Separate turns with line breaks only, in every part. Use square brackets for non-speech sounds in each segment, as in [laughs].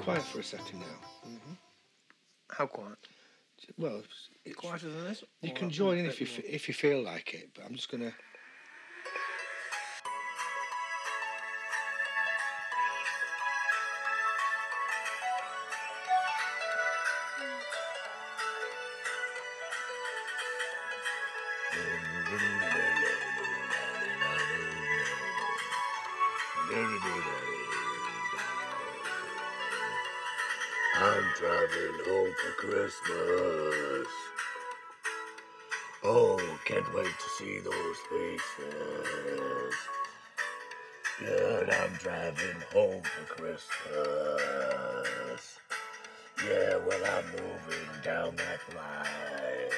quiet for a second now.
How quiet?
Well, it's- it's-
Quieter than this? Oh,
you
Or
can
a
join in
bit
if you
more?
f- if you feel like it, but I'm just gonna.
I'm driving home for Christmas. Oh, can't wait to see those faces. Good, I'm driving home for Christmas. Yeah, well, I'm moving down that line.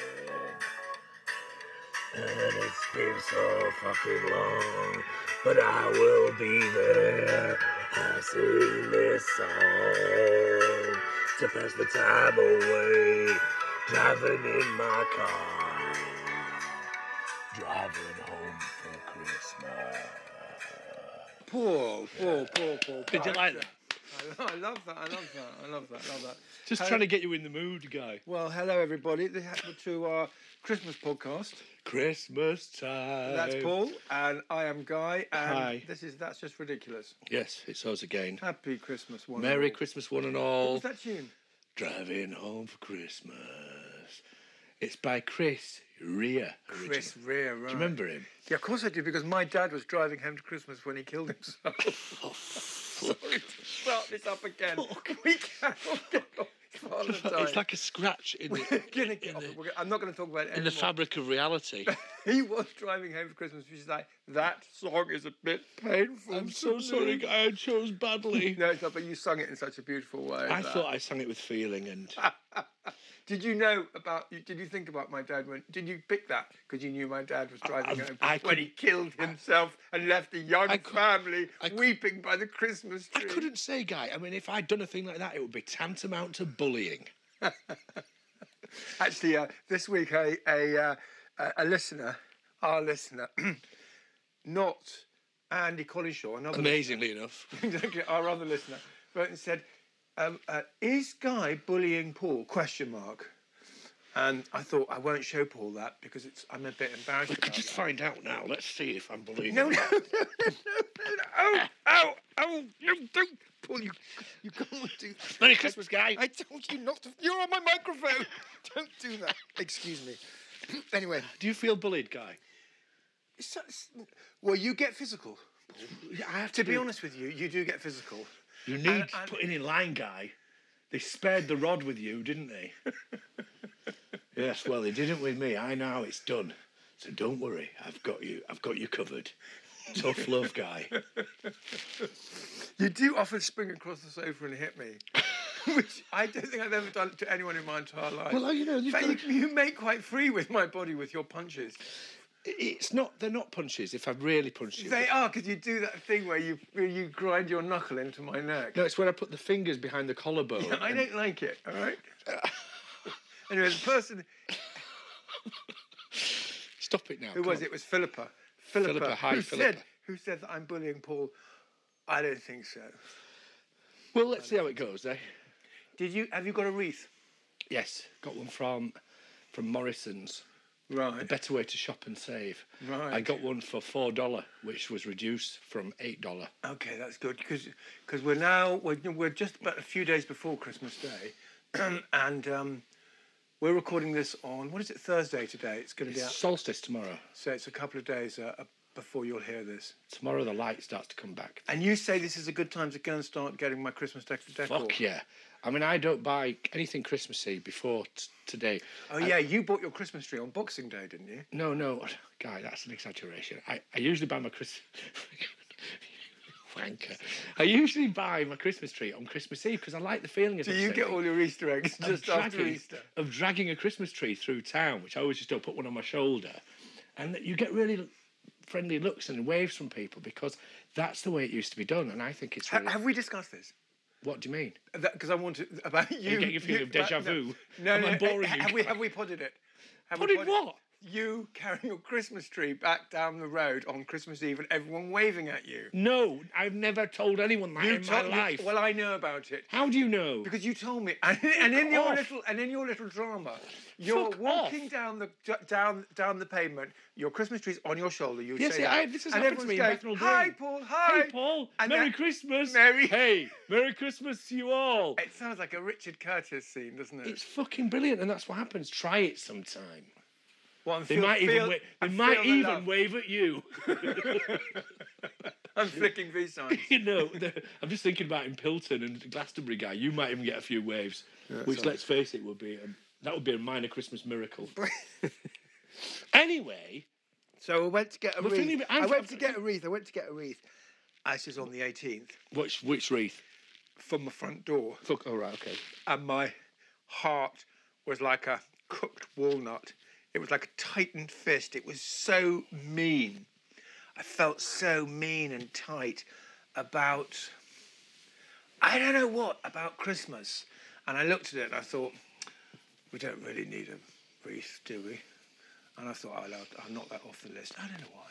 And it's been so fucking long, but I will be there. I sing this song to pass the time away, driving in my car, driving home for Christmas.
Whoa, whoa, whoa, whoa!
Did you like that?
I love that. I love that. I love that. I love that.
Just
Hey.
trying to get you in the mood, guy.
Well, hello everybody. This happened to our Christmas podcast.
Christmas time.
That's Paul, and I am Guy, and
Hi.
this is that's just ridiculous.
Yes, it's us again.
Happy Christmas, one. and
Merry
all.
Christmas, one and
What
all.
was that tune?
Driving home for Christmas. It's by Chris Rea. originally.
Chris Rea, right?
Do you remember him?
Yeah, of course I do, because my dad was driving home to Christmas when he killed [laughs] himself.
[laughs]
Start this up again. We [laughs] cannot get off. Father time.
It's like a scratch in the
We're [laughs] gonna get
in
off.
the-
We're go- I'm not going to talk about it
in the
anymore.
fabric of
[laughs]
reality.
He was driving home for Christmas, which is like that song is a bit painful.
I'm
to
so
me."
sorry, guy. I chose badly.
No, it's not. But you sung it in such a beautiful way.
I
that-
thought I sang it with feeling, and
Did you know about? you- Did you think about my dad when? Did you pick that because you knew my dad was driving
I-
home
I
when he killed himself and left a young
I cou-
family
I cou-
weeping by the Christmas
I
tree?
couldn't say, guy. I mean, if I'd done a thing like that, it would be tantamount to bullying.
Actually, uh, this week a a, uh, a- a listener, our listener, [clears throat] not Andy Collinshaw, another
Amazingly [laughs] enough,
[laughs] exactly our other listener wrote and said, um, uh, "Is Guy bullying Paul?" Question mark. And I thought I won't show Paul that because it's I'm a bit embarrassed.
could
About
just
it.
find out now. Let's see if I'm bullying.
[laughs] No,
him.
no, no, no, no, no. [laughs] Oh, oh, oh! No, don't, Paul. You, you can't do. [laughs]
Merry Christmas, guy.
I told you not to. You're on my microphone. [laughs] Don't do that. Excuse me. [clears throat] Anyway,
Do you feel bullied, guy?
it's, it's, well, you get physical.
I have
To be honest with you, you do get physical.
You need
and-
putting in line, guy. They spared the rod with you, didn't they? [laughs] yes, well, they didn't with me. I know it's done. So don't worry, I've got you. I've got you covered. Tough love, guy.
You do often spring across the sofa and hit me, [laughs] which I don't think I've ever done to anyone in my entire life.
[laughs] Well, you know,
in
you've
fact,
got,
you, you make quite free with my body with your punches.
it's not. They're not punches. If I really punch you,
They are because you do that thing where you where you grind your knuckle into my neck.
no, it's when I put the fingers behind the collarbone.
I don't like it. All right. [laughs] anyway, the person
Stop it now.
who
come
was
on.
it was Philippa. Philippa,
Philippa, hi,
who
Philippa.
said who said that I'm bullying Paul. I don't think so.
Well, let's see how it goes, eh?
Did you have you got a wreath?
Yes, got one from from Morrison's.
Right.
Better way to shop and save.
Right.
I got one for four dollar, which was reduced from eight dollar.
Okay, that's good because we're now we're, we're just about a few days before Christmas Day, [clears throat] and um, we're recording this on what is it Thursday today? It's going to be out,
Solstice tomorrow.
so it's a couple of days uh, uh, before you'll hear this.
Tomorrow the light starts to come back.
And you say this is a good time to go and start getting my Christmas dec- decor.
Fuck yeah. I mean, I don't buy anything Christmassy before t- today.
Oh yeah, you bought your Christmas tree on Boxing Day, didn't you?
No, no, guy, that's an exaggeration. I, I usually buy my Christmas. [laughs] Wanker. I usually buy my Christmas tree on Christmas Eve because I like the feeling of
Do you get all your Easter eggs just after Easter?
Of dragging a Christmas tree through town, which I always just don't put one on my shoulder. And that you get really friendly looks and waves from people because that's the way it used to be done. And I think it's
Ha-
really.
have we discussed this?
what do you mean?
Because I want to [laughs] about you.
getting a feeling
you-
of déjà
about- no,
vu?
No,
Am
no,
I
no,
boring you,
Have we
Guy?
have we podded it? Have we
What did what?
you carrying your Christmas tree back down the road on Christmas Eve and everyone waving at you.
No, I've never told anyone that
You
in
told-
my
you-
life.
Well, I know about it.
How do you know?
Because you told me, [laughs] and, and in your
off.
little and in your little drama, you're
Fuck
walking
off.
down the d- down down the pavement. Your Christmas tree's on your shoulder. You would
Yes,
say
I-
that.
this has
and
happened to
everyone's
me
going,
in Bethnal
Hi,
Green.
Paul. Hi,
Hey, Paul.
And
Merry
that-
Christmas.
Merry-
Hey, Merry Christmas to you all.
It sounds like a Richard Curtis scene, doesn't it?
It's fucking brilliant, and that's what happens. Try it sometime.
Well, and
They
feel-
might even
feel-
wa-
I
they might
feel the
even
love.
wave at you. [laughs]
I'm flicking V signs.
you know, the- I'm just thinking about in Pilton and the Glastonbury guy. You might even get a few waves, which, let's face it, would be a, that would be a minor
[laughs]
Christmas miracle. anyway,
So I went to get a
But
wreath.
Finley,
I
I'm-
went to get a wreath. I went to get a wreath. This is on the 18th
which which wreath?
from my front door,
Fuck. All right. Okay.
and my heart was like a cooked walnut. It was like a tightened fist. It was so mean. I felt so mean and tight about I don't know what about Christmas. And I looked at it and I thought, we don't really need a wreath, do we? And I thought, I'll, I'll, I'll knock that off the list. I don't know why.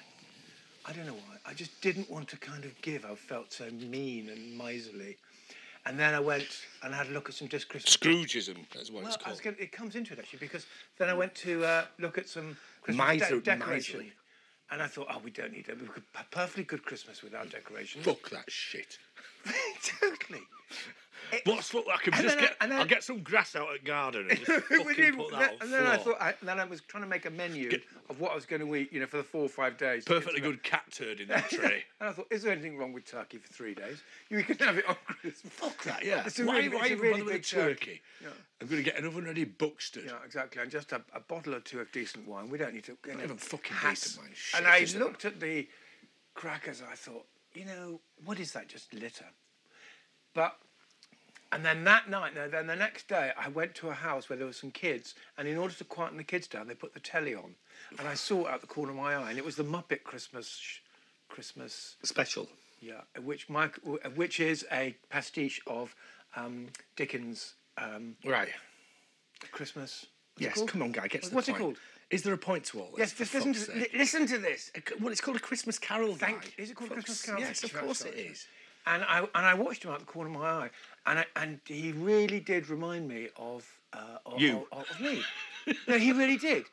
I don't know why. I just didn't want to kind of give. I felt so mean and miserly. And then I went and had a look at some just Christmas.
Scroogeism, that's what
Well,
it's
I was
called.
gonna, it comes into it actually because then I went to uh, look at some Christmas
Mm. Miser-
de- decoration,
miserly.
and I thought, oh, we don't need that. We could have a perfectly good Christmas without
[laughs]
decoration.
Fuck that shit.
totally.
What's fuck? I can
And
just
then I-
get.
and then-
I'll get some grass out at garden
[laughs]
and just
We
fucking
did-
put
then-
that on
and then I
floor.
thought, I, and then I was trying to make a menu of what I was going to eat, you know, for the four or five days.
Perfectly good cat turd in that tray.
[laughs] And I thought, is there anything wrong with turkey for three days? You can have it on Christmas.
Fuck that, yeah.
It's a
why
really-
why
it's a
even
really
bother with a
big turkey.
turkey? I'm going to get an oven-ready Buxton.
Yeah, exactly. And just a, a bottle or two of decent wine. We don't need to. You know,
even fucking
hass.
decent wine.
And
Shit,
I
is it?
looked at the crackers. I thought, you know, what is that? Just litter. But and then that night, no, then the next day, I went to a house where there were some kids, and in order to quieten the kids down, they put the telly on, and I saw it out the corner of my eye, and it was the Muppet Christmas. Sh- Christmas
Special.
yeah, which Mike, which is a pastiche of um, Dickens' um,
Right.
Christmas. What's it
Yes,
called?
come on, guy. Get to the
What's it
point.
called?
Is there a point to all this?
Yes,
for
just listen
fuck's
to,
sake?
li- listen to this.
A- Well, it's called a Christmas Carol.
Thank-
guy.
is it called a Christmas
Fuck's-
Carol?
Yes, of
Sorry,
course
sorry,
it
sorry.
is.
And I and I watched him out the corner of my eye, and I, and he really did remind me of uh, of,
You.
of, of me. no, he really did.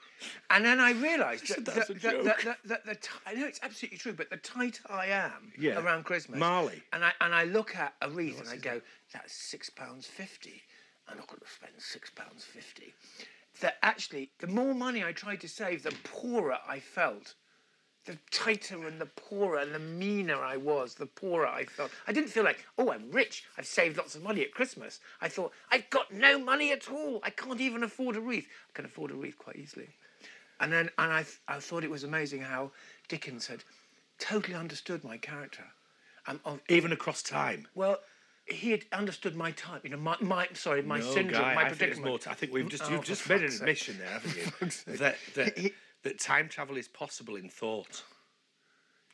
And then I realised that,
said
that,
that's
that,
a
that,
joke.
that- that the t- I know it's absolutely true, but the tight I am
Yeah.
around Christmas,
Marley.
and I and I look at a wreath and I go, that's six pounds fifty. I'm not going to spend six pounds fifty. That actually, the more money I tried to save, the poorer I felt the tighter and the poorer and the meaner I was, the poorer I felt. I didn't feel like, oh, I'm rich. I've saved lots of money at Christmas. I thought, I've got no money at all. I can't even afford a wreath. I can afford a wreath quite easily. And then, and I, th- I thought it was amazing how Dickens had totally understood my character. Um, of,
Even across time.
well, he had understood my type. You know, my, my sorry, my syndrome,
guy,
my
I think it's
predicament.
more. t- I think we've just
Oh,
you've
for
just made an
fuck's sake.
admission there, [laughs] haven't you? that [laughs] that, that time travel is possible in thought.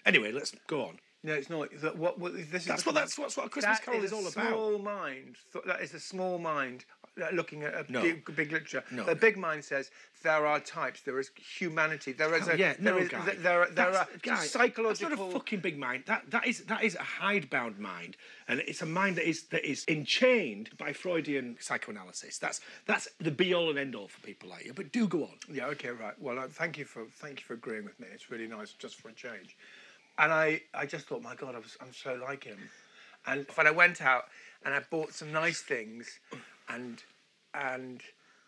Anyway, let's go on.
No, it's not. That what, what this is
That's
the-
what that's what's what a Christmas
That
Carol is,
a
all about.
Small mind. Th- That is a small mind uh, looking at a
No.
big, big literature.
No,
the
no.
big mind says there are types. There is humanity. There is
Oh,
a,
yeah,
there
no,
is-
guy.
th- there are there
That's-
are
guy,
psychological.
That's not a fucking big mind. That that is that is a hidebound mind, and it's a mind that is that is enchained by Freudian psychoanalysis. That's that's the be all and end all for people like you. But do go on.
Yeah. Okay. Right. Well, uh, thank you for thank you for agreeing with me. It's really nice, just for a change. And I, I just thought, my God, I was, I'm so like him. And when I went out and I bought some nice things, and and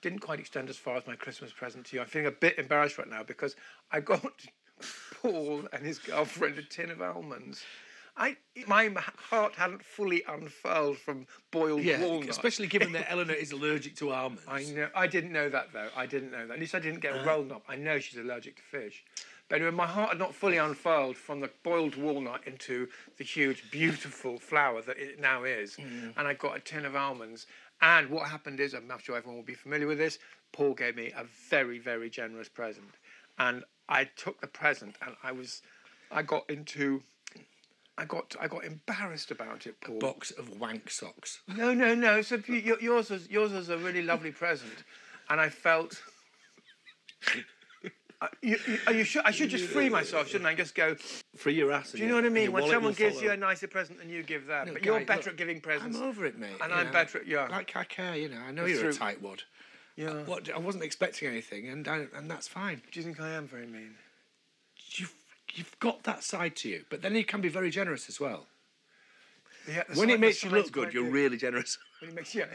didn't quite extend as far as my Christmas present to you. I'm feeling a bit embarrassed right now because I got [laughs] Paul and his girlfriend a tin of almonds. I my heart hadn't fully unfurled from boiled walnut.
especially given [laughs] that Eleanor is allergic to almonds.
I know. I didn't know that though. I didn't know that. At least I didn't get a roll knob. I know she's allergic to fish. But anyway, my heart had not fully unfurled from the boiled walnut into the huge, beautiful flower that it now is. And I got a tin of almonds. And what happened is, I'm not sure everyone will be familiar with this. Paul gave me a very, very generous present, and I took the present, and I was, I got into, I got, I got embarrassed about it, Paul.
Box of wank socks.
No, no, no. So yours was yours was a really lovely present, and I felt. I- You, you, are you sure? I should just free myself, shouldn't I? And just go.
Free your ass.
Do you know what I mean? When someone gives you a nicer present than you give them, but you're better at giving presents.
I'm over it, mate.
And
you
I'm
know.
better at- yeah.
Like I care, you know. I know you're
Through-
a tightwad.
yeah.
What? I wasn't expecting anything, and I, and that's fine.
Do you think I am very mean?
You've you've got that side to you, but then you can be very generous as well.
Yeah,
When
the side-
it
the
makes you
side's
look good,
quite
you're really
[laughs]
generous.
When it makes yeah.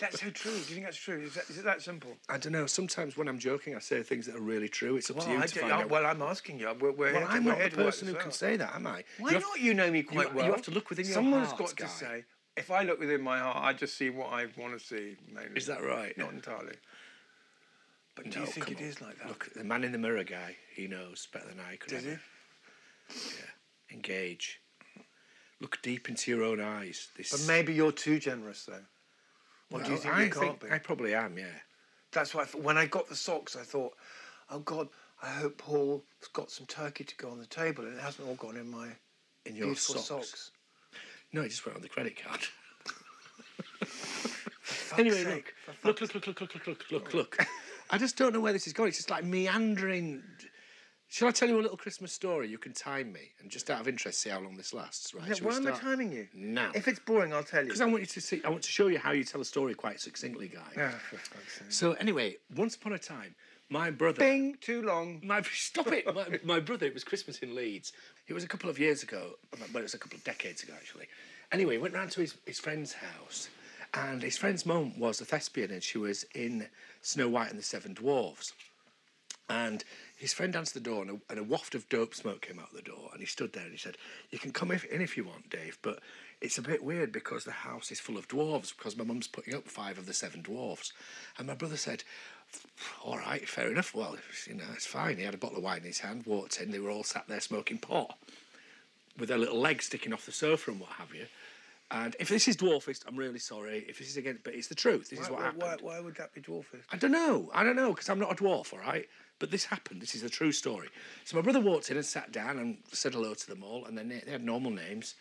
that's so true. Do you think that's true? Is, that, is it that simple?
I don't know. Sometimes when I'm joking, I say things that are really true. It's up to you
I
to
don't-
find
I-
out.
well, I'm asking you. We're, we're
Well,
here to-
I'm
we're
not
here
the
to work
person
this
who can
out.
say that, am I?
Why
You have
not? You know me
you
quite
have
well.
to look within your
Someone's
heart,
got
guy.
to say. If I look within my heart, I just see what I want to see. Mainly.
to- Is that right?
not entirely? But do you
No,
think
come
it
on.
is like that?
Look, the man in the mirror guy, he knows better than I could
Does
ever. Yeah. Engage. Look deep into your own eyes. This
But maybe you're too generous, though. Or do you
Well,
think
I
you can't be?
I probably am, yeah.
That's why I thought, when I got the socks, I thought, oh God, I hope Paul's got some turkey to go on the table, and it hasn't all gone in my
In your
beautiful
socks.
socks.
No, it just went on the credit card.
Fuck's
anyway,
sake.
look, look, look, look, look, look, look, look, look. I just don't know where this is going. It's just like meandering. Shall I tell you a little Christmas story? You can time me and just out of interest, see how long this lasts. Right?
Yeah,
Shall we
why am I
start?
timing you?
Now.
If it's boring, I'll [laughs] tell you.
Because I want you to see, I want to show you how you tell a story quite succinctly, guy.
Ah, for fuck's sake.
So anyway, once upon a time, my brother.
[laughs] Bing, too long.
[laughs] My stop it! My, my brother. It was Christmas in Leeds. It was a couple of years ago. Well, it was a couple of decades ago actually. Anyway, went round to his, his friend's house, and his friend's mum was a thespian, and she was in Snow White and the Seven Dwarfs. And his friend answered the door, and a, and a waft of dope smoke came out the door. And he stood there and he said, "You can come if, in if you want, Dave, but it's a bit weird because the house is full of dwarves because my mum's putting up five of the seven dwarves." And my brother said, "All right, fair enough. Well, you know, it's fine." He had a bottle of wine in his hand, walked in. They were all sat there smoking pot with their little legs sticking off the sofa and what have you. And if this is dwarfist, I'm really sorry. If this is against, but it's the truth. This is what
why,
happened.
why, why would that be dwarfish?
I don't know. I don't know because I'm not a dwarf, all right? But this happened. This is a true story. So my brother walked in and sat down and said hello to them all, and then they, they had normal names.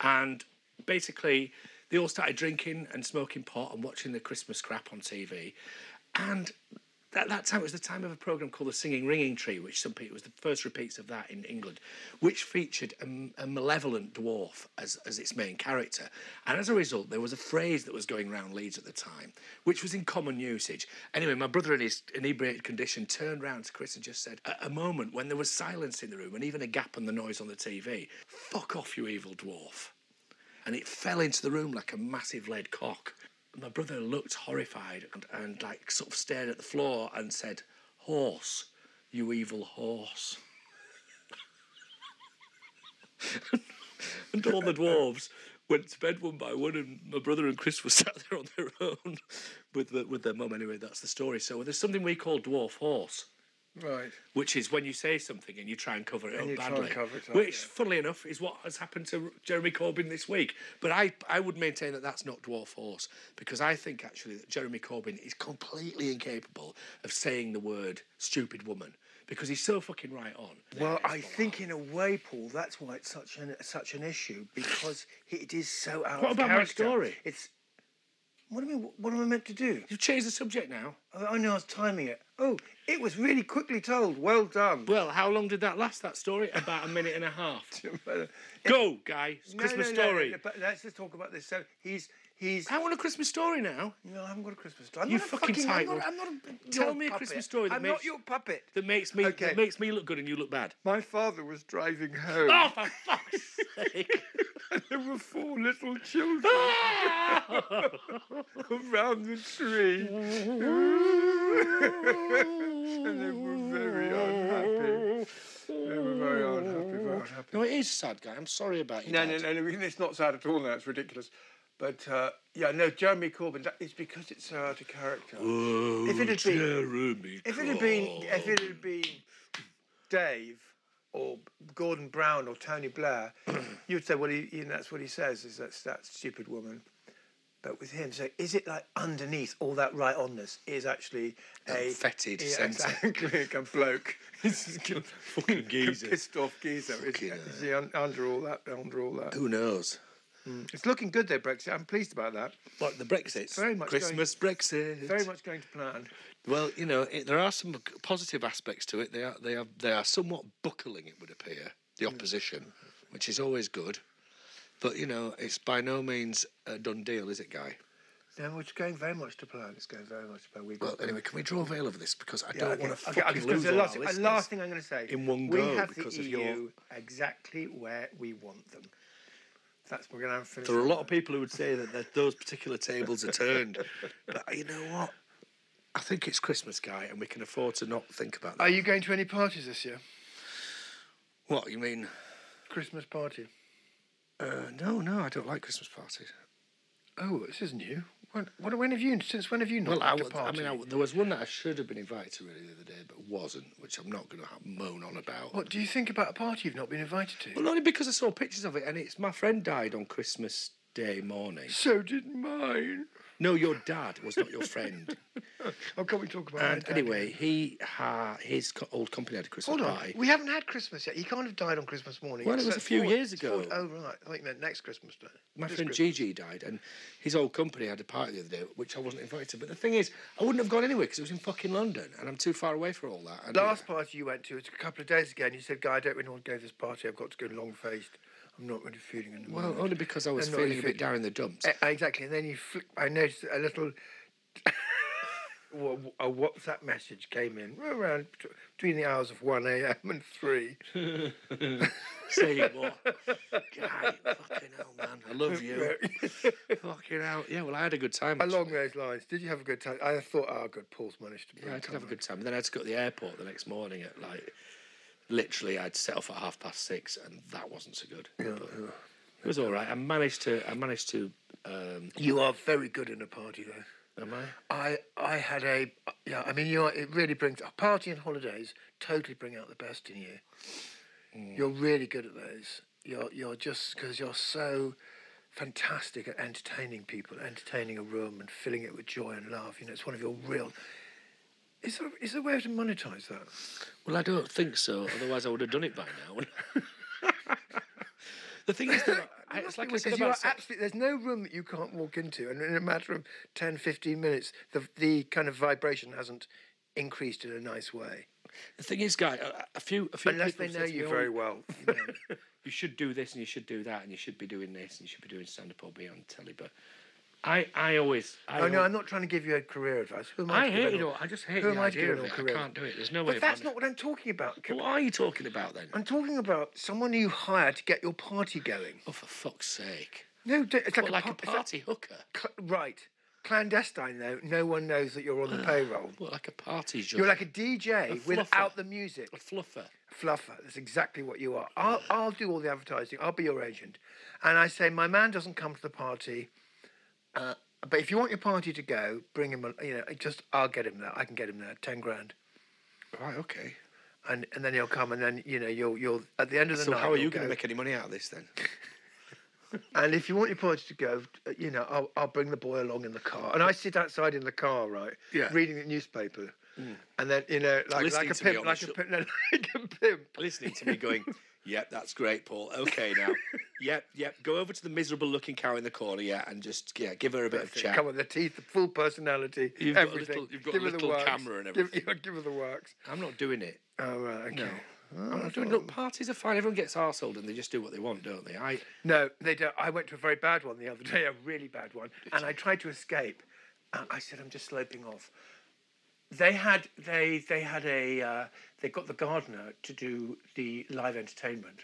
And basically, they all started drinking and smoking pot and watching the Christmas crap on TV. And at that time, it was the time of a program called The Singing Ringing Tree, which some people, it was the first repeats of that in England, which featured a, a malevolent dwarf as, as its main character. And as a result, there was a phrase that was going round Leeds at the time, which was in common usage. Anyway, my brother in his inebriated condition turned round to Chris and just said, At a moment when there was silence in the room and even a gap in the noise on the TV, fuck off, you evil dwarf and it fell into the room like a massive lead cock. My brother looked horrified and, and like sort of stared at the floor and said, "Horse, you evil horse." and all the dwarves went to bed one by one, and my brother and Chris were [laughs] sat there on their own with the, with their mum. Anyway, that's the story. So there's something we call dwarf horse
Right.
which is when you say something and you try and cover it up
you try and
badly.
cover it up,
which,
yeah.
funnily enough, is what has happened to Jeremy Corbyn this week. But I, I would maintain that that's not dwarf horse because I think actually that Jeremy Corbyn is completely incapable of saying the word stupid woman because he's so fucking right on.
Well, I think in a way, Paul, that's why it's such an such an issue because it is so out
What
of
about my
character.
story?
It's. What do I mean? What am I meant to do?
You've changed the subject now.
Oh, I know I was timing it. Oh, it was really quickly told. Well done. [laughs]
Well, how long did that last, that story? About a minute and a half.
Well,
Go, guy. It's
No,
Christmas
no, no, no,
story.
no, but let's just talk about this. So he's he's.
I want a Christmas story now
No, I haven't got a Christmas story. I'm
You
not a
fucking
I'm
title.
not, I'm not a,
Tell
your
me a
puppet.
Christmas story that
I'm
makes-
not your
[laughs]
puppet.
that makes me
Okay.
that makes me look good and you look
[laughs]
bad.
My father was driving home.
Oh, for fuck's [laughs] sake.
[laughs] There were four little children around the tree. [laughs] and they were very unhappy. They were very unhappy, very unhappy.
[laughs] No, it is sad, guy. I'm sorry about you.
No,
Dad.
no, no, no, it's not sad at all now, it's ridiculous. But uh, yeah, no, Jeremy Corbyn, that, it's because it's so out of character. if it had been,
Oh, Jeremy
if it had been, if it
Oh.
had been Dave or Gordon Brown or
[clears throat]
Tony Blair, you'd say, well, he, you know, that's what he says is that's that stupid woman. But with him, so is it like underneath all that right onness is actually a
fetid
yeah,
centre.
exactly, [laughs] a
[laughs]
bloke. He's
Fucking geezer.
pissed off geezer. Is,
Fucking
is he un, under all that? Under all that?
Who knows?
It's looking good though, Brexit. I'm pleased about that.
But the Brexit.
very much
Christmas Brexit.
Very much going to plan.
Well, you know, it, there are some g- positive aspects to it. They are they are they are somewhat buckling, it would appear, the opposition, which is always good. But you know, it's by no means a done deal, is it, Guy?
No, it's going very much to plan. It's going very much to plan. We've
Well,
got
anyway, can we draw a veil over this because I
Yeah,
don't
okay,
want to
okay,
fucking
okay,
lose
the
all
last,
our
thing-
listeners.
the last thing I'm going to say
in one
we
go
have
because
the
of
EU
your-
exactly where we want them. That's we're going to finish.
There are a
on
lot of
that.
people who would say that, that those particular tables are turned, but you know what? I think it's Christmas, Guy, and we can afford to not think about that.
Are you going to any parties this year?
What you mean?
Christmas party?
Uh, no, no, I don't like Christmas parties.
Oh, this isn't you. When, what, when have you? Since when have you not
Well, I,
had a
would- I
party?
mean, I w there was one that I should have been invited to really the other day, but wasn't, which I'm not going to moan on about.
what do you think about a party you've not been invited to?
Well, only because I saw pictures of it, and it's my friend died on Christmas Day morning.
so did mine.
No, your dad was not your [laughs] friend.
Oh, can we talk about my
and
dad?
anyway, he ha- his co- old company had a Christmas
Hold on,
party.
we haven't had Christmas yet. He can't have died on Christmas morning.
Well, it
It's
was
at
a few
four-
years
it's four-
ago.
Oh right, I thought you meant next Christmas day.
My
This
friend
Christmas.
Gigi died, and his old company had a party the other day, which I wasn't invited to. But the thing is, I wouldn't have gone anyway because it was in fucking London, and I'm too far away for all that. And
Last party you went to was a couple of days ago, and you said, "Guy, I don't really want to go to this party. I've got to go long faced. I'm not really feeling in the
well,
mood."
only because I was
And not
feeling a
if
bit
it-
down in the dumps.
E- exactly. And then you, flick, I noticed a little. [laughs] wa- wa- A WhatsApp message came in around bet- between the hours of 1 a.m. and
[laughs]
3.
[laughs] Say what? God, fucking hell, man. I love [laughs] you. fucking hell. Yeah, well, I had a good time.
Along
actually.
those lines, did you have a good time? I thought, oh, good, Paul's managed to bring
Yeah, I did have a
comeback."
good time. Then I had to go to the airport the next morning at like, literally, I'd set off at half past six, and that wasn't so good. But It was all right. I managed to. I managed to. Um,
You are very good in a party, though.
am I?
I I had a yeah. I mean, you are, it really brings a party and holidays totally bring out the best in you.
Mm.
You're really good at those. You're you're just because you're so fantastic at entertaining people, entertaining a room, and filling it with joy and love. You know, it's one of your real. Is there is there a way to monetize that?
Well, I don't think so. Otherwise, I would have done it by now. the thing is,
[laughs]
that I, it's like I
Because
said
you are
about se-
absolutely, there's no room that you can't walk into, and in a matter of 10, 15 minutes, the the kind of vibration hasn't increased in a nice way.
the thing is, guy. A, a few, a few
Unless
people have
they
said
know
to me,
[laughs] you
"Oh,
very well.
you know, you should do this and you should do that and you should be doing this and you should be doing stand up or be on telly. But I, I always, I,
Oh no,
al-
I'm not trying to give you a career advice. Who am
I
I, to give
hate it
anyone-
all. I just hate
Who
the
am I to
idea of
give it
it.
all
I
career?
can't do it. There's no way.
But
of
that's
manag-
not what I'm talking about.
What are you talking about then?
I'm talking about someone you hire to get your party going.
Oh, for fuck's sake!
No, don't- it's like,
But like a
par- it's like-
party hooker.
cl- right, clandestine though. No one knows that you're on the payroll.
Well, like a party.
You're like a DJ
fluffer.
without the music.
a fluffer.
Fluffer. That's exactly what you are. I'll, I'll do all the advertising. I'll be your agent. And I say, my man doesn't come to the party. Uh, but if you want your party to go, bring him. A, you know, just I'll get him there. I can get him there. Ten grand.
Right. Okay.
and and then he'll come, and then you know you'll you'll at the end of the
So
night.
how are you
you'll
going to
go,
make any money out of this then?
And if you want your party to go, uh, you know, I'll I'll bring the boy along in the car, and I sit outside in the car, right?
Yeah. Mm.
Reading the newspaper, and then you know, like
Listening
like a
to me
pimp,
on the
like a
show.
pimp, [laughs] no, like a pimp.
listening to me [laughs] going, yep, that's great, Paul. Okay, now, yep, yep. Go over to the miserable-looking cow in the corner, yeah, and just yeah, give her a bit of chat.
Come on, the teeth, the full personality,
You've got a
everything.
little- you've got a
give her the
little
works.
camera and
[laughs] Give, yeah, give her the works.
I'm not doing it.
Oh right, okay.
No. I'm not doing. Look, parties are fine. Everyone gets arseholed and they just do what they want, don't they? I
No, they don't. I went to a very bad one the other [laughs] day, a really bad one, and I tried to escape. And I said, "I'm just sloping off." They had they they had a uh, they got the gardener to do the live entertainment,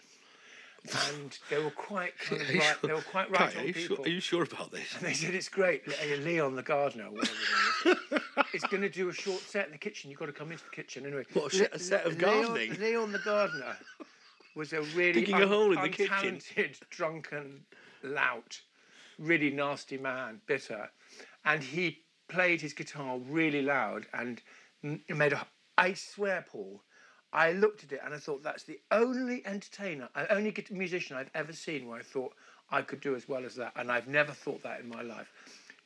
and they were quite
[laughs]
kind of
Are you
right.
sure-
They were quite right
Kai,
on
are, you sure,
people.
are you sure about this?
They said it's great. Le- Leon, the gardener, or whatever his name
[laughs]
is, is going to do a short set in the kitchen. You've got to come into the kitchen anyway.
What, a set- a set of
Leon-
gardening?
Leon, the gardener, was a really
Digging a hole in the kitchen.
untalented, [laughs] drunken lout, really nasty man, bitter, and he played his guitar really loud and m- made a. I swear, Paul. I looked at it and I thought that's the only entertainer, uh, only gu- musician I've ever seen where I thought I could do as well as that, and I've never thought that in my life.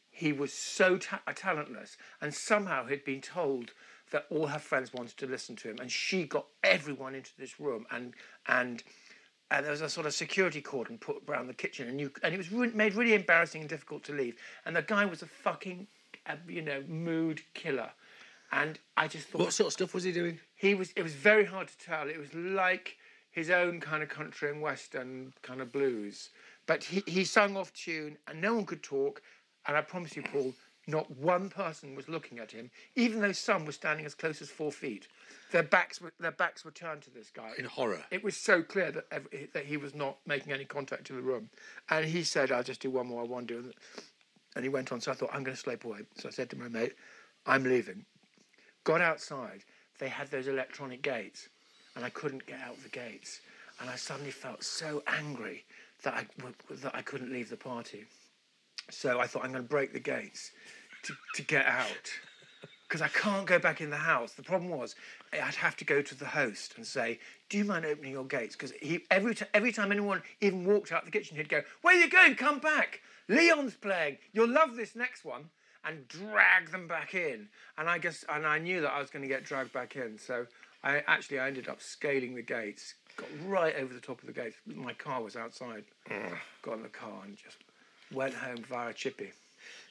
He was so ta- uh, talentless, and somehow he'd been told that all her friends wanted to listen to him, and she got everyone into this room, and and and there was a sort of security cordon put around the kitchen, and you and it was ruin made really embarrassing and difficult to leave. And the guy was a fucking, uh, you know, mood killer, And I just thought
What sort of stuff was he doing?
he was. It was very hard to tell. It was like his own kind of country and western kind of blues. But he, he sung off tune, and no one could talk. And I promise you, Paul, not one person was looking at him, even though some were standing as close as four feet. Their backs were their backs were turned to this guy
In horror.
it was so clear that ev that he was not making any contact to the room, and he said, "I'll just do one more. I want to." And- And he went on. So I thought, "I'm going to sleep away." So I said to my mate, "I'm leaving." Got outside. They had those electronic gates, and I couldn't get out the gates. And I suddenly felt so angry that I w- w- that I couldn't leave the party. So I thought, "I'm going to break the gates to, to get out." because I can't go back in the house. The problem was eh, I'd have to go to the host and say, "Do you mind opening your gates?" Because he every t- every time anyone even walked out the kitchen, he'd go, "Where are you going? Come back! Leon's playing. You'll love this next one." And drag them back in. And I guess, and I knew that I was going to get dragged back in. So I actually I ended up scaling the gates, got right over the top of the gates. My car was outside. Got in the car and just went home via Chippy.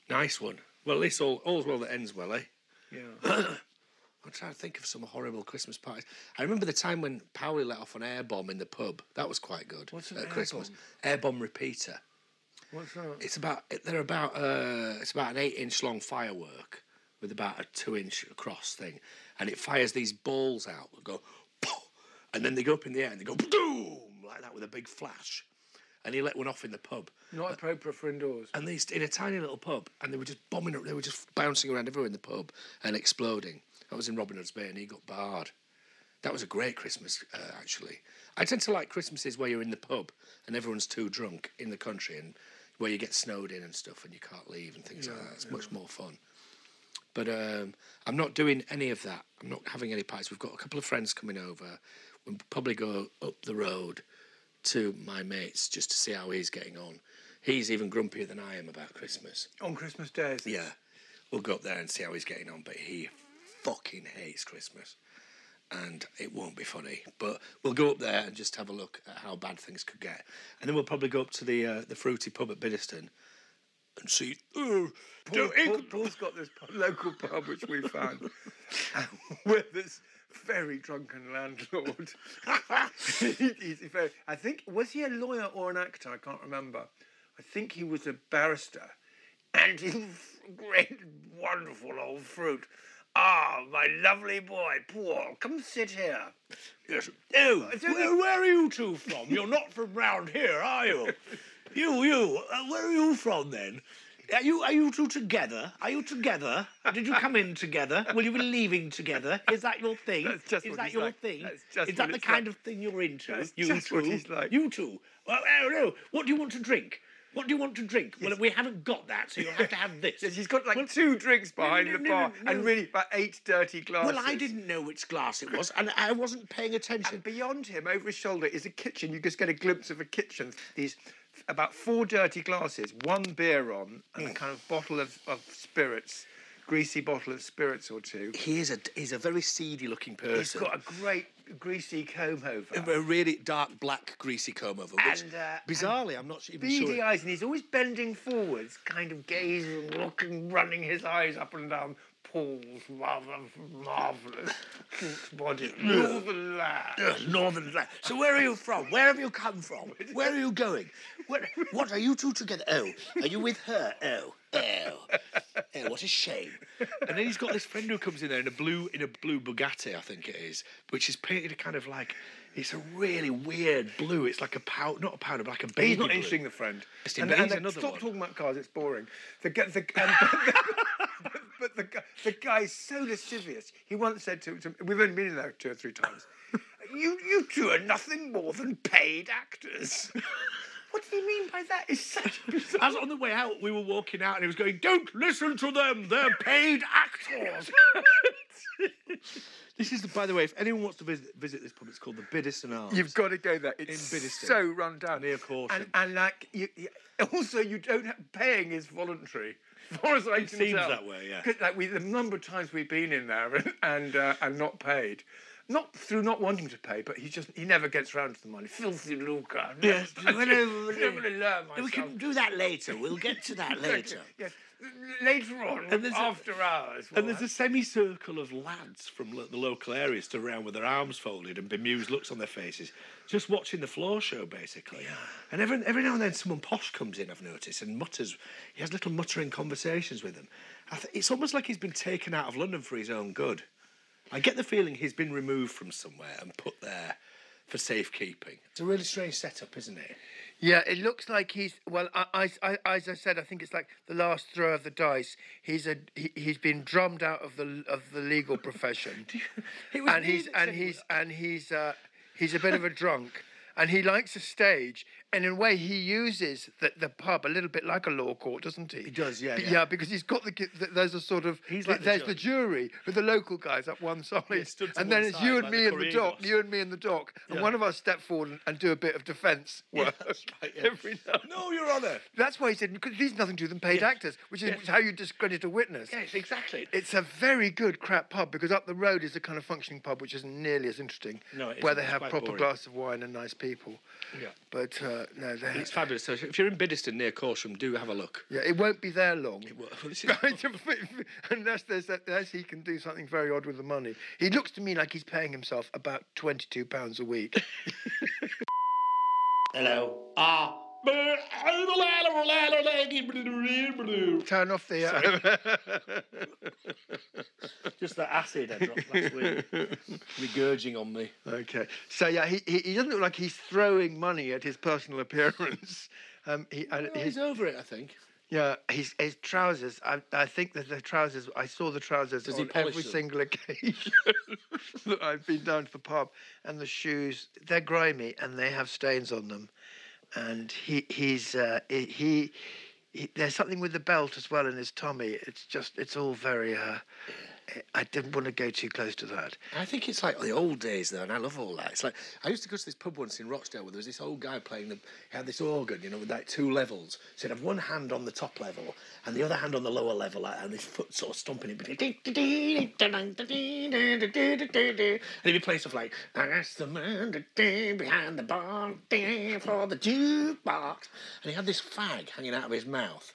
Nice one. Well, at least all, all's well that ends well, eh?
Yeah.
[coughs] I'm trying to think of some horrible Christmas parties. I remember the time when Powley let off an air bomb in the pub. That was quite good
What's an
at
air
Christmas.
bomb?
Air bomb repeater.
What's that?
It's about they're about uh, it's about an eight inch long firework with about a two inch across thing, and it fires these balls out that go, "Pow!" and then they go up in the air and they go boom like that with a big flash. And he let one off in the pub,
Not appropriate for indoors.
and they st- in a tiny little pub, and they were just bombing. They were just bouncing around everywhere in the pub and exploding. That was in Robin Hood's Bay, and he got barred. That was a great Christmas, uh, actually. I tend to like Christmases where you're in the pub and everyone's too drunk in the country, and where you get snowed in and stuff, and you can't leave and things like that. It's much more fun. But um, I'm not doing any of that. I'm not having any parties. We've got a couple of friends coming over. We'll probably go up the road to my mates just to see how he's getting on. He's even grumpier than I am about Christmas.
On Christmas Day, is it?
Yeah, we'll go up there and see how he's getting on. But he fucking hates Christmas, and it won't be funny. But we'll go up there and just have a look at how bad things could get, and then we'll probably go up to the uh, the fruity pub at Biddiston and see. Oh,
Paul,
don't
Paul,
England-
Paul's got this pub, local pub which we found [laughs] with this very drunken landlord. [laughs] He- he's very, I think was he a lawyer or an actor? I can't remember. I think he was a barrister, and [laughs] his great, wonderful old fruit. Ah, my lovely boy, Paul, come sit here.
Yes.
Oh, where, where are you two from? You're not from round here, are you? You, you, uh, where are you from then? Are you, are you two together? Are you together? Did you come in together? Will you be leaving together? Is that your thing?
That's just
Is
what
that
he's
your
like.
thing?
That's just
Is
what
that the
it's
kind
like.
of thing you're into?
That's
you
just
two,
what he's like.
you two. Well, oh no. What do you want to drink? What do you want to drink? Well, we haven't got that, so you'll have to
[laughs]
have this.
He's got like two drinks behind
no,
the
no,
bar
no,
and
no.
really about eight dirty glasses.
well, I didn't know which glass it was, and I wasn't paying attention.
And beyond him, over his shoulder, is a kitchen. You just get a glimpse of a kitchen. These about four dirty glasses, one beer on, and a kind of bottle of, of spirits, greasy bottle of spirits or two.
He is a he's a very seedy looking
He's
person.
got a great greasy comb over.
a really dark black greasy comb over, which
And, uh,
bizarrely I'm not even
Beady
sure.
eyes, and he's always bending forwards, kind of gazing, looking, running his eyes up and down. Paul's rather marvellous cute body. Northern lad.
Ugh, Northern. Ra- So where are you from? Where have you come from? Where are you going? Where, what are you two together? Oh, are you with her? Oh, oh, oh! What a shame. And then he's got this friend who comes in there in a blue in a blue Bugatti, I think it is, which is painted kind of like it's a really weird blue. It's like a powder, not a powder, but like a baby.
He's not
blue.
interesting, the friend.
Interesting, but he's
the-
another
stop
one.
talking about cars. It's boring. The, gu- the, [laughs] and- but, but the, gu- the guy's so lascivious. He once said to, to we've only been in there two or three times. you you two are nothing more than paid actors. [laughs] what do you mean by that? It's such bizarre.
[laughs]
As on the way out, we were walking out, and he was going, "Don't listen to them. They're paid actors."
This is, the, by the way, if anyone wants to visit, visit this pub, it's called the Biddiston Arms.
You've got to go there. It's
In Biddeston.
so run down.
Near Corsham.
And, and like, you, you- also you don't have, paying is voluntary. [laughs] As far as I can
seems
tell.
that way, yeah.
'Cause, Like we, the number of times we've been in there and and, uh, and not paid, Not through not wanting to pay, but he just he never gets round to the money. Filthy Luca.
Yes,
[laughs] I
whatever it
never
is.
allow
We
myself.
can do that later. We'll get
[laughs]
to that later.
Yes. Later on,
And there's a-
after hours.
And
we'll
there's a semicircle of lads from lo- the local areas stood around with their arms folded and bemused looks on their faces, just watching the floor show basically. And every, every now and then someone posh comes in, I've noticed, and mutters. He has little muttering conversations with them. I th- it's almost like he's been taken out of London for his own good. I get the feeling he's been removed from somewhere and put there for safekeeping. It's a really strange setup, isn't it?
Yeah, it looks like he's well. I, I, I, as I said, I think it's like the last throw of the dice. He's a he, he's been drummed out of the of the
[laughs]
legal profession,
It
and
me
he's
that
and
said he
he's and he's uh, he's a bit of a drunk, and he likes a stage. And in a way, he uses the, the pub a little bit like a law court, doesn't he? He
does, yeah,
yeah.
yeah.
because he's got the gu- th- there's a sort of
He's like the
there's the jury with the local guys up one side,
stood to
and then
one
it's
side
you and
like
me
the
in the dock,
corridos.
you and me in the dock, and one of us step forward and, and do a bit
[laughs]
of defence work [laughs] every now. and-
No, Your Honour.
That's why he said because these nothing to them paid actors, which is how you discredit a witness.
Yes, exactly.
It's a very good crap pub because up the road is a kind of functioning pub which isn't nearly as interesting.
No, it
where
isn't.
they
It's
have
quite
proper
boring.
glass of wine and nice people. Yeah, but uh, no, they
It's fabulous. So if you're in Biddeston near Corsham, do have a look.
yeah, it won't be there long.
[laughs] Well, this is-
[laughs] unless there's that, unless he can do something very odd with the money. He looks to me like he's paying himself about twenty two pounds a week.
[laughs]
Hello. Ah.
Turn off the. Uh,
Just that acid I dropped last week. Regurging on me.
Okay. So yeah, he, he, he doesn't look like he's throwing money at his personal [laughs] appearance. Um, he, and his,
He's over it, I think.
yeah, his, his trousers. I, I think that the trousers. I saw the trousers
Does he
on every
polish them?
single [laughs] occasion that I've been down to the pub, and the shoes. They're grimy and they have stains on them, and he he's uh, he. he he- there's something with the belt as well in his tummy. It's just, it's all very. Uh, I didn't want to go too close to that.
I think it's like the old days though, and I love all that. It's like I used to go to this pub once in Rochdale where there was this old guy playing the he had this organ, you know, with like two levels. So he'd have one hand on the top level and the other hand on the lower level, like, and his foot sort of stomping it. And he'd be playing stuff like That's the man that day behind the bar day for the jukebox. And he had this fag hanging out of his mouth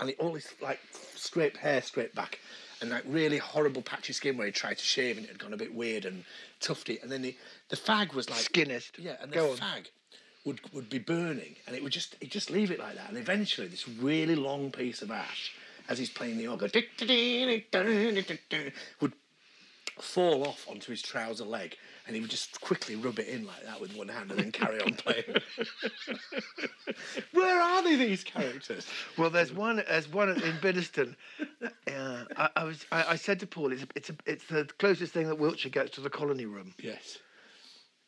and he all his like scraped hair straight back and like really horrible patchy skin where he tried to shave and it had gone a bit weird and tufted it and then the, the fag was like
Skinnest.
yeah and the
Go on.
fag would would be burning and it would just it just leave it like that and eventually this really long piece of ash as he's playing the organ would fall off onto his trouser leg and he would just quickly rub it in like that with one hand and then carry on
[laughs]
playing [laughs] where are they these characters
Well, there's one. There's one in Biddeston. [laughs] Uh, I, I was. I, I said to Paul, it's it's it's the closest thing that Wiltshire gets to the colony room.
yes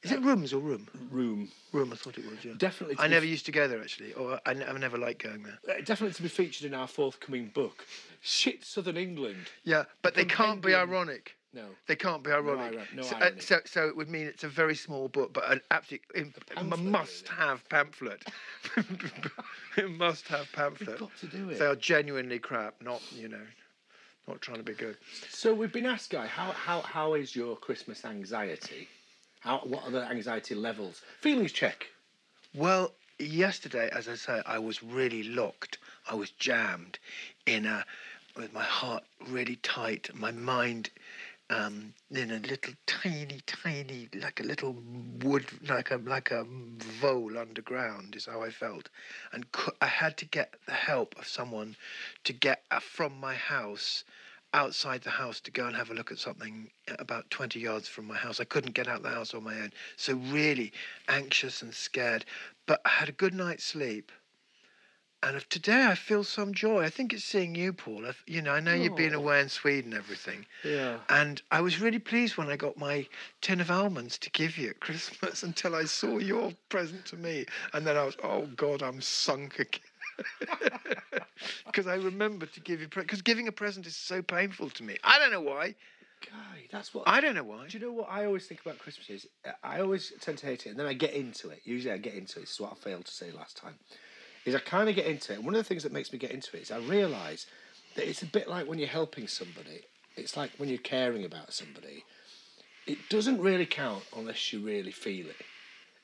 Is it rooms or room?
room
Room. I thought it was. Yeah.
Definitely to
I
be-
never used to go there actually, or I, ne- I never liked going there.
Uh, definitely to be featured in our forthcoming book. Shit, Southern England.
Yeah, but they can't be
Compendium.
ironic.
No.
They can't be ironic.
iro- no
so, uh,
irony.
so, so it would mean it's a very small book, but an absolute im-
pamphlet, really.
must-have pamphlet. [laughs] it must-have pamphlet.
got to do it.
They are genuinely crap. Not you know, not trying to be good.
So we've been asked, Guy, how, how, how is your Christmas anxiety? How, what are the anxiety levels? Feelings check.
Well, yesterday, as I say, I was really locked. I was jammed in a, with my heart really tight, my mind um, in a little tiny, tiny, like a little wood, like a like a vole underground is how I felt, and cou- I had to get the help of someone to get uh, from my house outside the house to go and have a look at something uh, about 20 yards from my house. I couldn't get out the house on my own. So really anxious and scared, but I had a good night's sleep. And of today I feel some joy. I think it's seeing you, Paul. I th- You know, I know you've been away in Sweden and everything.
Oh. Yeah.
And I was really pleased when I got my tin of almonds to give you at Christmas [laughs] until I saw your present to me. And then I was, oh God, I'm sunk again. [laughs] Because I remember to give you because giving a present is so painful to me. I don't know why.
Guy, that's what.
I don't know why.
do you know what I always think about Christmas is? uh, I always tend to hate it, and then I get into it. Usually, I get into it. This is what I failed to say last time. Is I kind of get into it. And one of the things that makes me get into it is I realise that it's a bit like when you're helping somebody. It's like when you're caring about somebody. it doesn't really count unless you really feel it.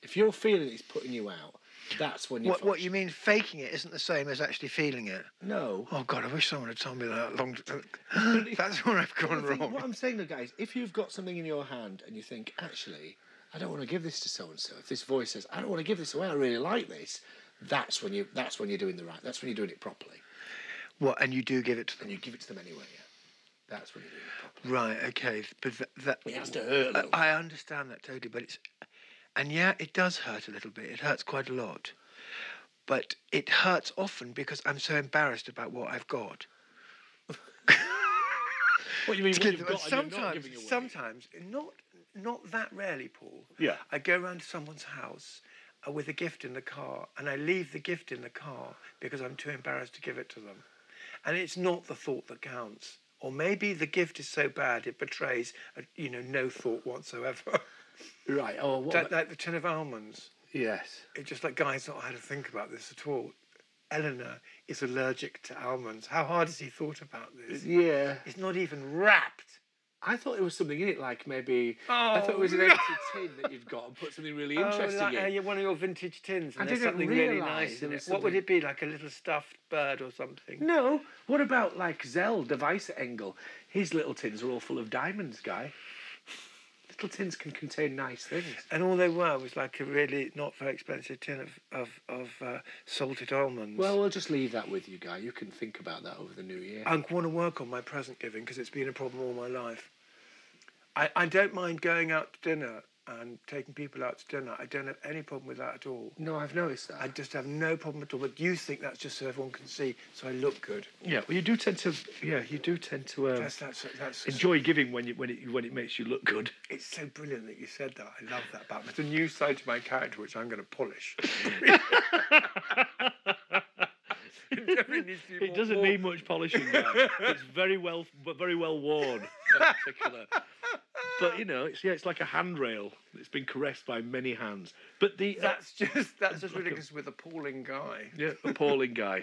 If you're feeling it's putting you out, that's when you.
What, what you mean faking it isn't the same as actually feeling it.
No.
Oh God, I wish someone had told me that long.
uh,
[laughs]
That's where I've gone
I think
wrong.
What I'm saying, though, guys, if you've got something in your hand and you think, actually, I don't want to give this to so and so. If this voice says, I don't want to give this away, I really like this. That's when you. That's when you're doing the right. That's when you're doing it properly,
What? And you do give it to them.
and you give it to them anyway. Yeah. That's when you're doing it properly.
Right. Okay. But that. that
It has to hurt a little.
I, I understand that totally, but it's, and yeah, it does hurt a little bit. It hurts quite a lot, but it hurts often because I'm so embarrassed about what I've got.
What you mean? What you've
And
got and you're not
sometimes,
giving away.
sometimes, not not that rarely, Paul.
Yeah.
I go round to someone's house uh, with a gift in the car, and I leave the gift in the car because I'm too embarrassed to give it to them, and it's not the thought that counts. Or maybe the gift is so bad it betrays, uh you know, no thought whatsoever. [laughs]
Right. Oh, what
Like,
about-
like the tin of almonds.
yes.
It's just like guys not had to think about this at all. Eleanor is allergic to almonds. How hard has he thought about this?
Yeah.
It's not even wrapped.
I thought there was something in it, like maybe I thought it was an
Oh,
empty tin that you'd got and put something really interesting
oh, like, uh,
in.
yeah, one of your vintage tins, and
I
there's
didn't
something really
realise
nice
there
in it.
was
What would
something-
it be? Like a little stuffed bird or something?
No, what about like Zell, the Vice Engel? His little tins are all full of diamonds, guy. Little tins can contain nice things.
And all they were was like a really not very expensive tin of of, of uh, salted almonds.
Well, we'll just leave that with you, guy. You can think about that over the new year.
I want to work on my present giving because it's been a problem all my life. I, I don't mind going out to dinner and taking people out to dinner. I don't have any problem with that at all.
no, I've noticed that.
I just have no problem at all. But you think that's just so everyone can see, so I look good.
yeah, well, you do tend to. Yeah, you do tend to um,
That's that's that's.
enjoy giving when you when it when it makes you look [laughs] good.
It's so brilliant that you said that. I love that about me. It's a new side to my character which I'm going to polish. [laughs] it definitely needs to be
It
more
doesn't
war-
need much polishing. man. it's very well, but very well worn. That particular. But you know, it's yeah, it's like a handrail. It's been caressed by many hands. But the uh,
That's just that's just ridiculous with a appalling guy.
yeah, appalling guy.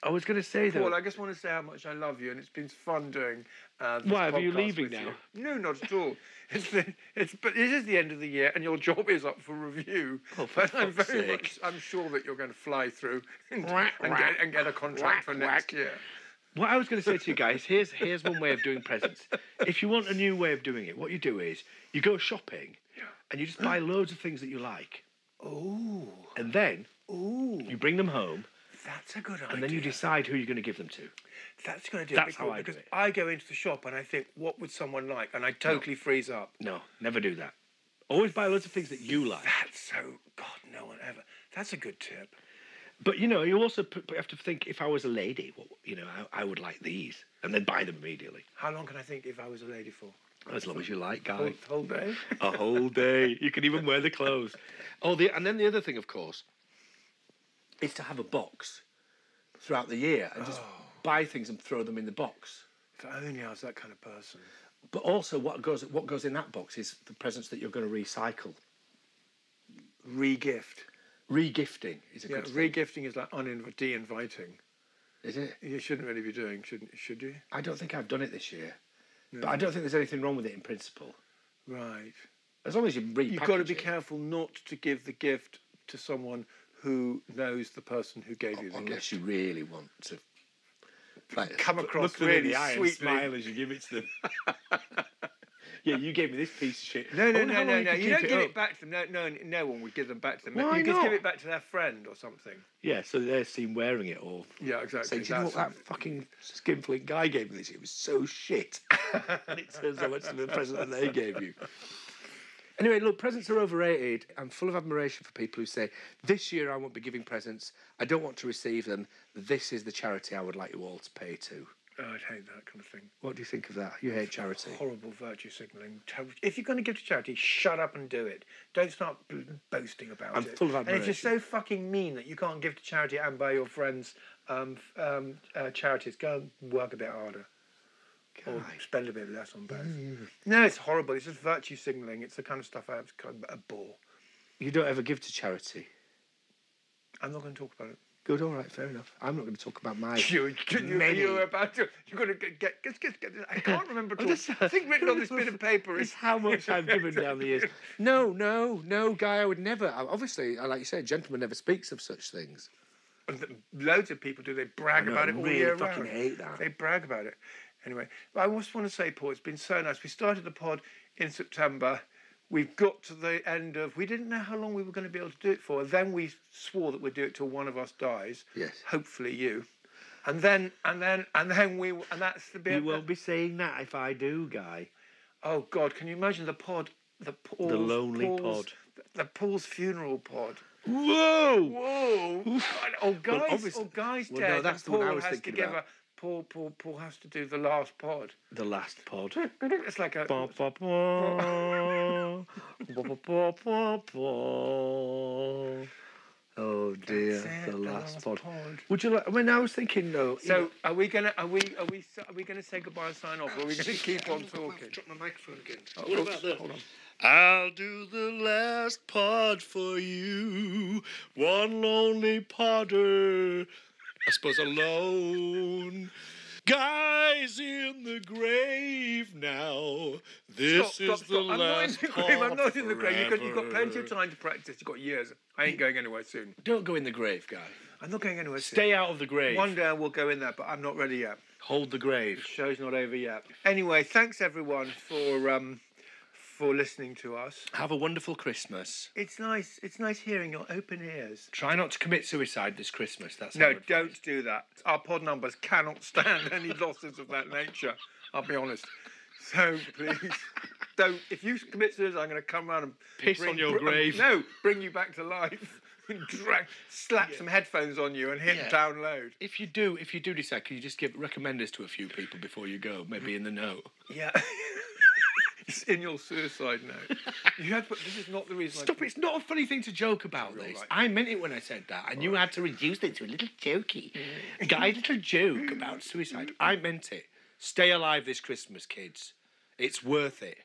I was going to say though.
Paul, I just want to say how much I love you, and it's been fun doing. Uh, this
Why, are you
podcast
leaving
with
now?
you. No, not at all. [laughs] It's the, it's but it is the end of the year, and your job is up for review.
Oh, for
But I'm
fuck's
very
sake.
much. I'm sure that you're going to fly through and,
Whack,
and,
whack,
get, and get a contract
whack,
for next
whack.
year.
What I was going to say to you guys, here's here's one way of doing presents. If you want a new way of doing it, what you do is you go shopping, and you just buy loads of things that you like,
Ooh,
and then
ooh,
you bring them home,
that's a good idea.
and then you decide who you're going to give them to.
That's a good idea.
That's
because,
how I do
because
it.
I go into the shop and I think, what would someone like? And I totally freeze up.
No, never do that. Always buy loads of things that you like.
That's so God, no one ever. That's a good tip.
But you know, you also p- p- have to think if I was a lady, what you know, I, I would like these, and then buy them immediately.
How long can I think if I was a lady for?
As long as you like,
Whole,
guy. [laughs]
whole day.
a whole day. You can even wear the clothes. Oh, the and then the other thing, of course, is to have a box throughout the year and just
Oh.
buy things and throw them in the box.
If only I was that kind of person.
But also, what goes what goes in that box is the presents that you're going to recycle.
Regift.
Regifting is a
Yeah,
good thing,
regifting is like uninv- de-inviting.
is it?
You shouldn't really be doing, shouldn't should you?
I don't think I've done it this year, but I don't think there's anything wrong with it in principle.
Right.
As long as you repackage
You've got to be
it.
careful not to give the gift to someone who knows the person who gave you the gift.
unless you really want to like,
Come across really sweetly.
as you give it to them.
[laughs]
yeah, you gave me this piece of shit.
No,
I
no,
wonder
no,
how
no,
long
no.
can
Oh, You don't
keep
give
up.
it back to them. No, no, no one would give them back to them.
Why
you just give
not?
it back to their friend or something.
Yeah, so they're seen wearing it all.
Yeah, exactly.
Say, do you know what that fucking skinflint guy gave me this? It was so shit. [laughs] and it turns out it's the present that they gave you. Anyway, look, presents are overrated. I'm full of admiration for people who say, this year I won't be giving presents. I don't want to receive them. This is the charity I would like you all to pay to.
Oh, I'd hate that kind of thing.
What do you think of that? You hate charity.
Horrible virtue signalling. If you're going to give to charity, shut up and do it. Don't start b- boasting about
I'm
it.
full of
And if you're so fucking mean that you can't give to charity and buy your friends um, f- um, uh, charities, go and work a bit harder. Or spend a bit less on both. No, it's horrible. It's just virtue signalling. It's the kind of stuff I ab- kind of abhor.
You don't ever give to charity.
I'm not going to talk about it.
Good, all right, fair enough. I'm not going to talk about
[laughs]
my.
[laughs] You, you, you,
Many.
you were about to. You're going to get. get, get, get, get I can't [laughs] remember. at
I'm
all.
just-
I think written on this bit of paper [laughs]
It's
is.
how much I've given down the years. No, no, no, guy, I would never. I- Obviously, I- like you said, gentleman never speaks of such things.
and th- Loads of people do. They brag
know,
about it
I
all
really
year
fucking
round.
hate that.
They brag about it. Anyway, but I just want to say, Paul, it's been so nice. We started the pod in September. We've got to the end of. We didn't know how long we were going to be able to do it for. Then we swore that we'd do it till one of us dies.
Yes.
Hopefully you. And then and then and then we and that's the bit.
You won't be saying that if I do, Guy.
Oh God! Can you imagine the pod? The Paul's,
lonely
Paul's, The Paul's funeral pod.
Whoa!
Whoa! oh, guys!
obviously-
oh, guys!
well, no,
dead. and
that's the
Paul
one I was
has
thinking
to give
about.
A, Paul, Paul, Paul has to do the last pod.
The
[laughs]
last pod.
It's like a.
Ba, ba, ba. Ba, ba, ba, ba, ba. Oh dear,
That's it,
the last pod.
pod.
Would you like? I mean, I was thinking though. you
So, are we gonna? Are we? Are we? s- Are we gonna say goodbye and sign off? Or are we gonna keep on talking?
Drop my microphone again.
What about this? Hold on.
I'll do the last pod for you. One lonely podder, I suppose alone. Guys in the grave now. This
Stop,
is
stop,
the
stop. I'm not in
last
the grave. I'm
pod
not in the grave. You've got, you've got
forever.
plenty of time to practice. You've got years. I ain't going anywhere soon.
Don't go in the grave, guy.
I'm not going anywhere soon.
Stay out of the grave.
One day I will go in there, but I'm not ready yet.
Hold the grave.
Show's not over yet. Anyway, thanks everyone for um, for listening
[laughs]
to us.
Have a wonderful Christmas.
It's nice. It's nice hearing your open ears.
Try not to commit suicide this Christmas. That's
No,
our
don't do that. Our pod numbers cannot stand [laughs] any losses of that nature. I'll be honest. So please, don't. If you commit suicide, I'm going to come round and
Piss on your grave.
No, bring you back to life. And drag, slap some headphones on you and hit
Yeah.
download.
If you do, if you do decide, can you just give recommend us to a few people before you go? Maybe in the note.
Yeah. it's in your suicide note. You had, but this is not the reason. I
Stop! It's not a funny thing to joke about. This.
right.
I meant it when I said that, and you had to reduce it to a little jokey,
Mm.
guy, little joke about suicide. I meant it. Stay alive this Christmas, kids. It's worth it.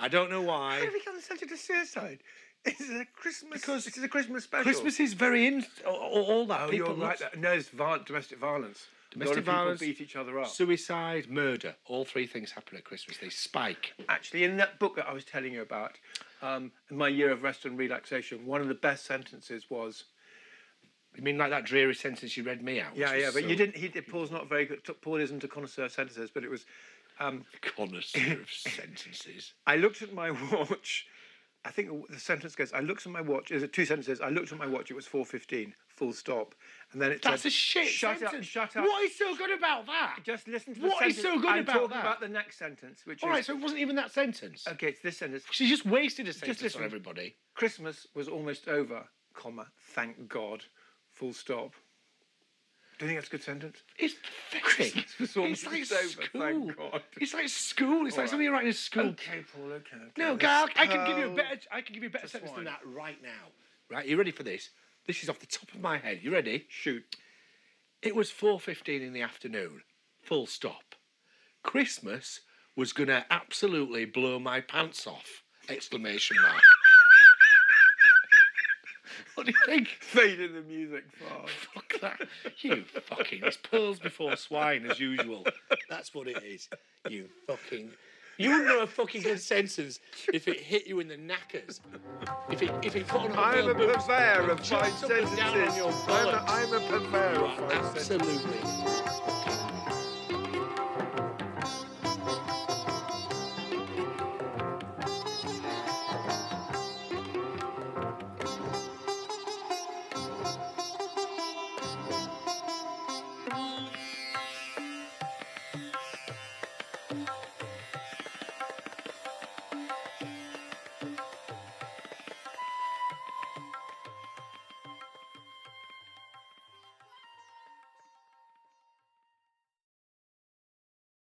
I don't know why.
How have we gone such a suicide? This is a Christmas. Because this is a Christmas special.
Christmas is very in all, all that.
Oh,
people
you're right.
love.
That, no, it's violent, domestic violence.
Domestic
a lot of people
violence,
beat each other up.
Suicide, murder, all three things happen at Christmas. They spike.
[laughs] Actually, in that book that I was telling you about, um, in my year of rest and relaxation, one of the best sentences was,
You mean like that dreary sentence you read me out? which
"Yeah,
was
yeah," but
so
you didn't. He, Paul's not very good. Paul isn't a connoisseur of sentences, but it was.
Connoisseur of sentences.
[laughs] I looked at my watch. I think the sentence goes. I looked at my watch. Is it two sentences? I looked at my watch. It was four fifteen. Full stop. And then it
That's
said,
a shit
Shut
sentence.
up! Shut up!
What is so good about that?
Just listen to the
What is
sentence.
so good
I'm
about
talking
that?
about the next sentence, which
All
is
right, so it wasn't even that sentence.
okay. It's this sentence.
She just wasted a sentence
listen.
on everybody.
Christmas was almost over, comma. Thank God, full stop. Do you think that's a good sentence?
It's pathetic.
[laughs] It's
It's
almost
like
over.
school.
Thank God.
It's like school. It's like something you write in a school.
Okay, Paul. Okay. okay.
No,
This
Gal, I can give you a
Paul-
better. I can give you a better
Just
sentence
one.
than that right now. Right, you ready for this? This is off the top of my head. You ready?
Shoot.
It was four fifteen in the afternoon. Full stop. Christmas was gonna absolutely blow my pants off! Exclamation mark. [laughs] what do you think?
Fade in the music fast.
Fuck that. You fucking. It's pearls before swine, as usual. That's what it is. You fucking. You wouldn't know a fucking good sentence if it hit you in the knackers. If it, if it got on
I am a
boots,
purveyor of fine
jumps up and down on
sentences.
your
I'm a,
bollocks.
I'm a purveyor
You
of
are
fine sentences.
absolutely.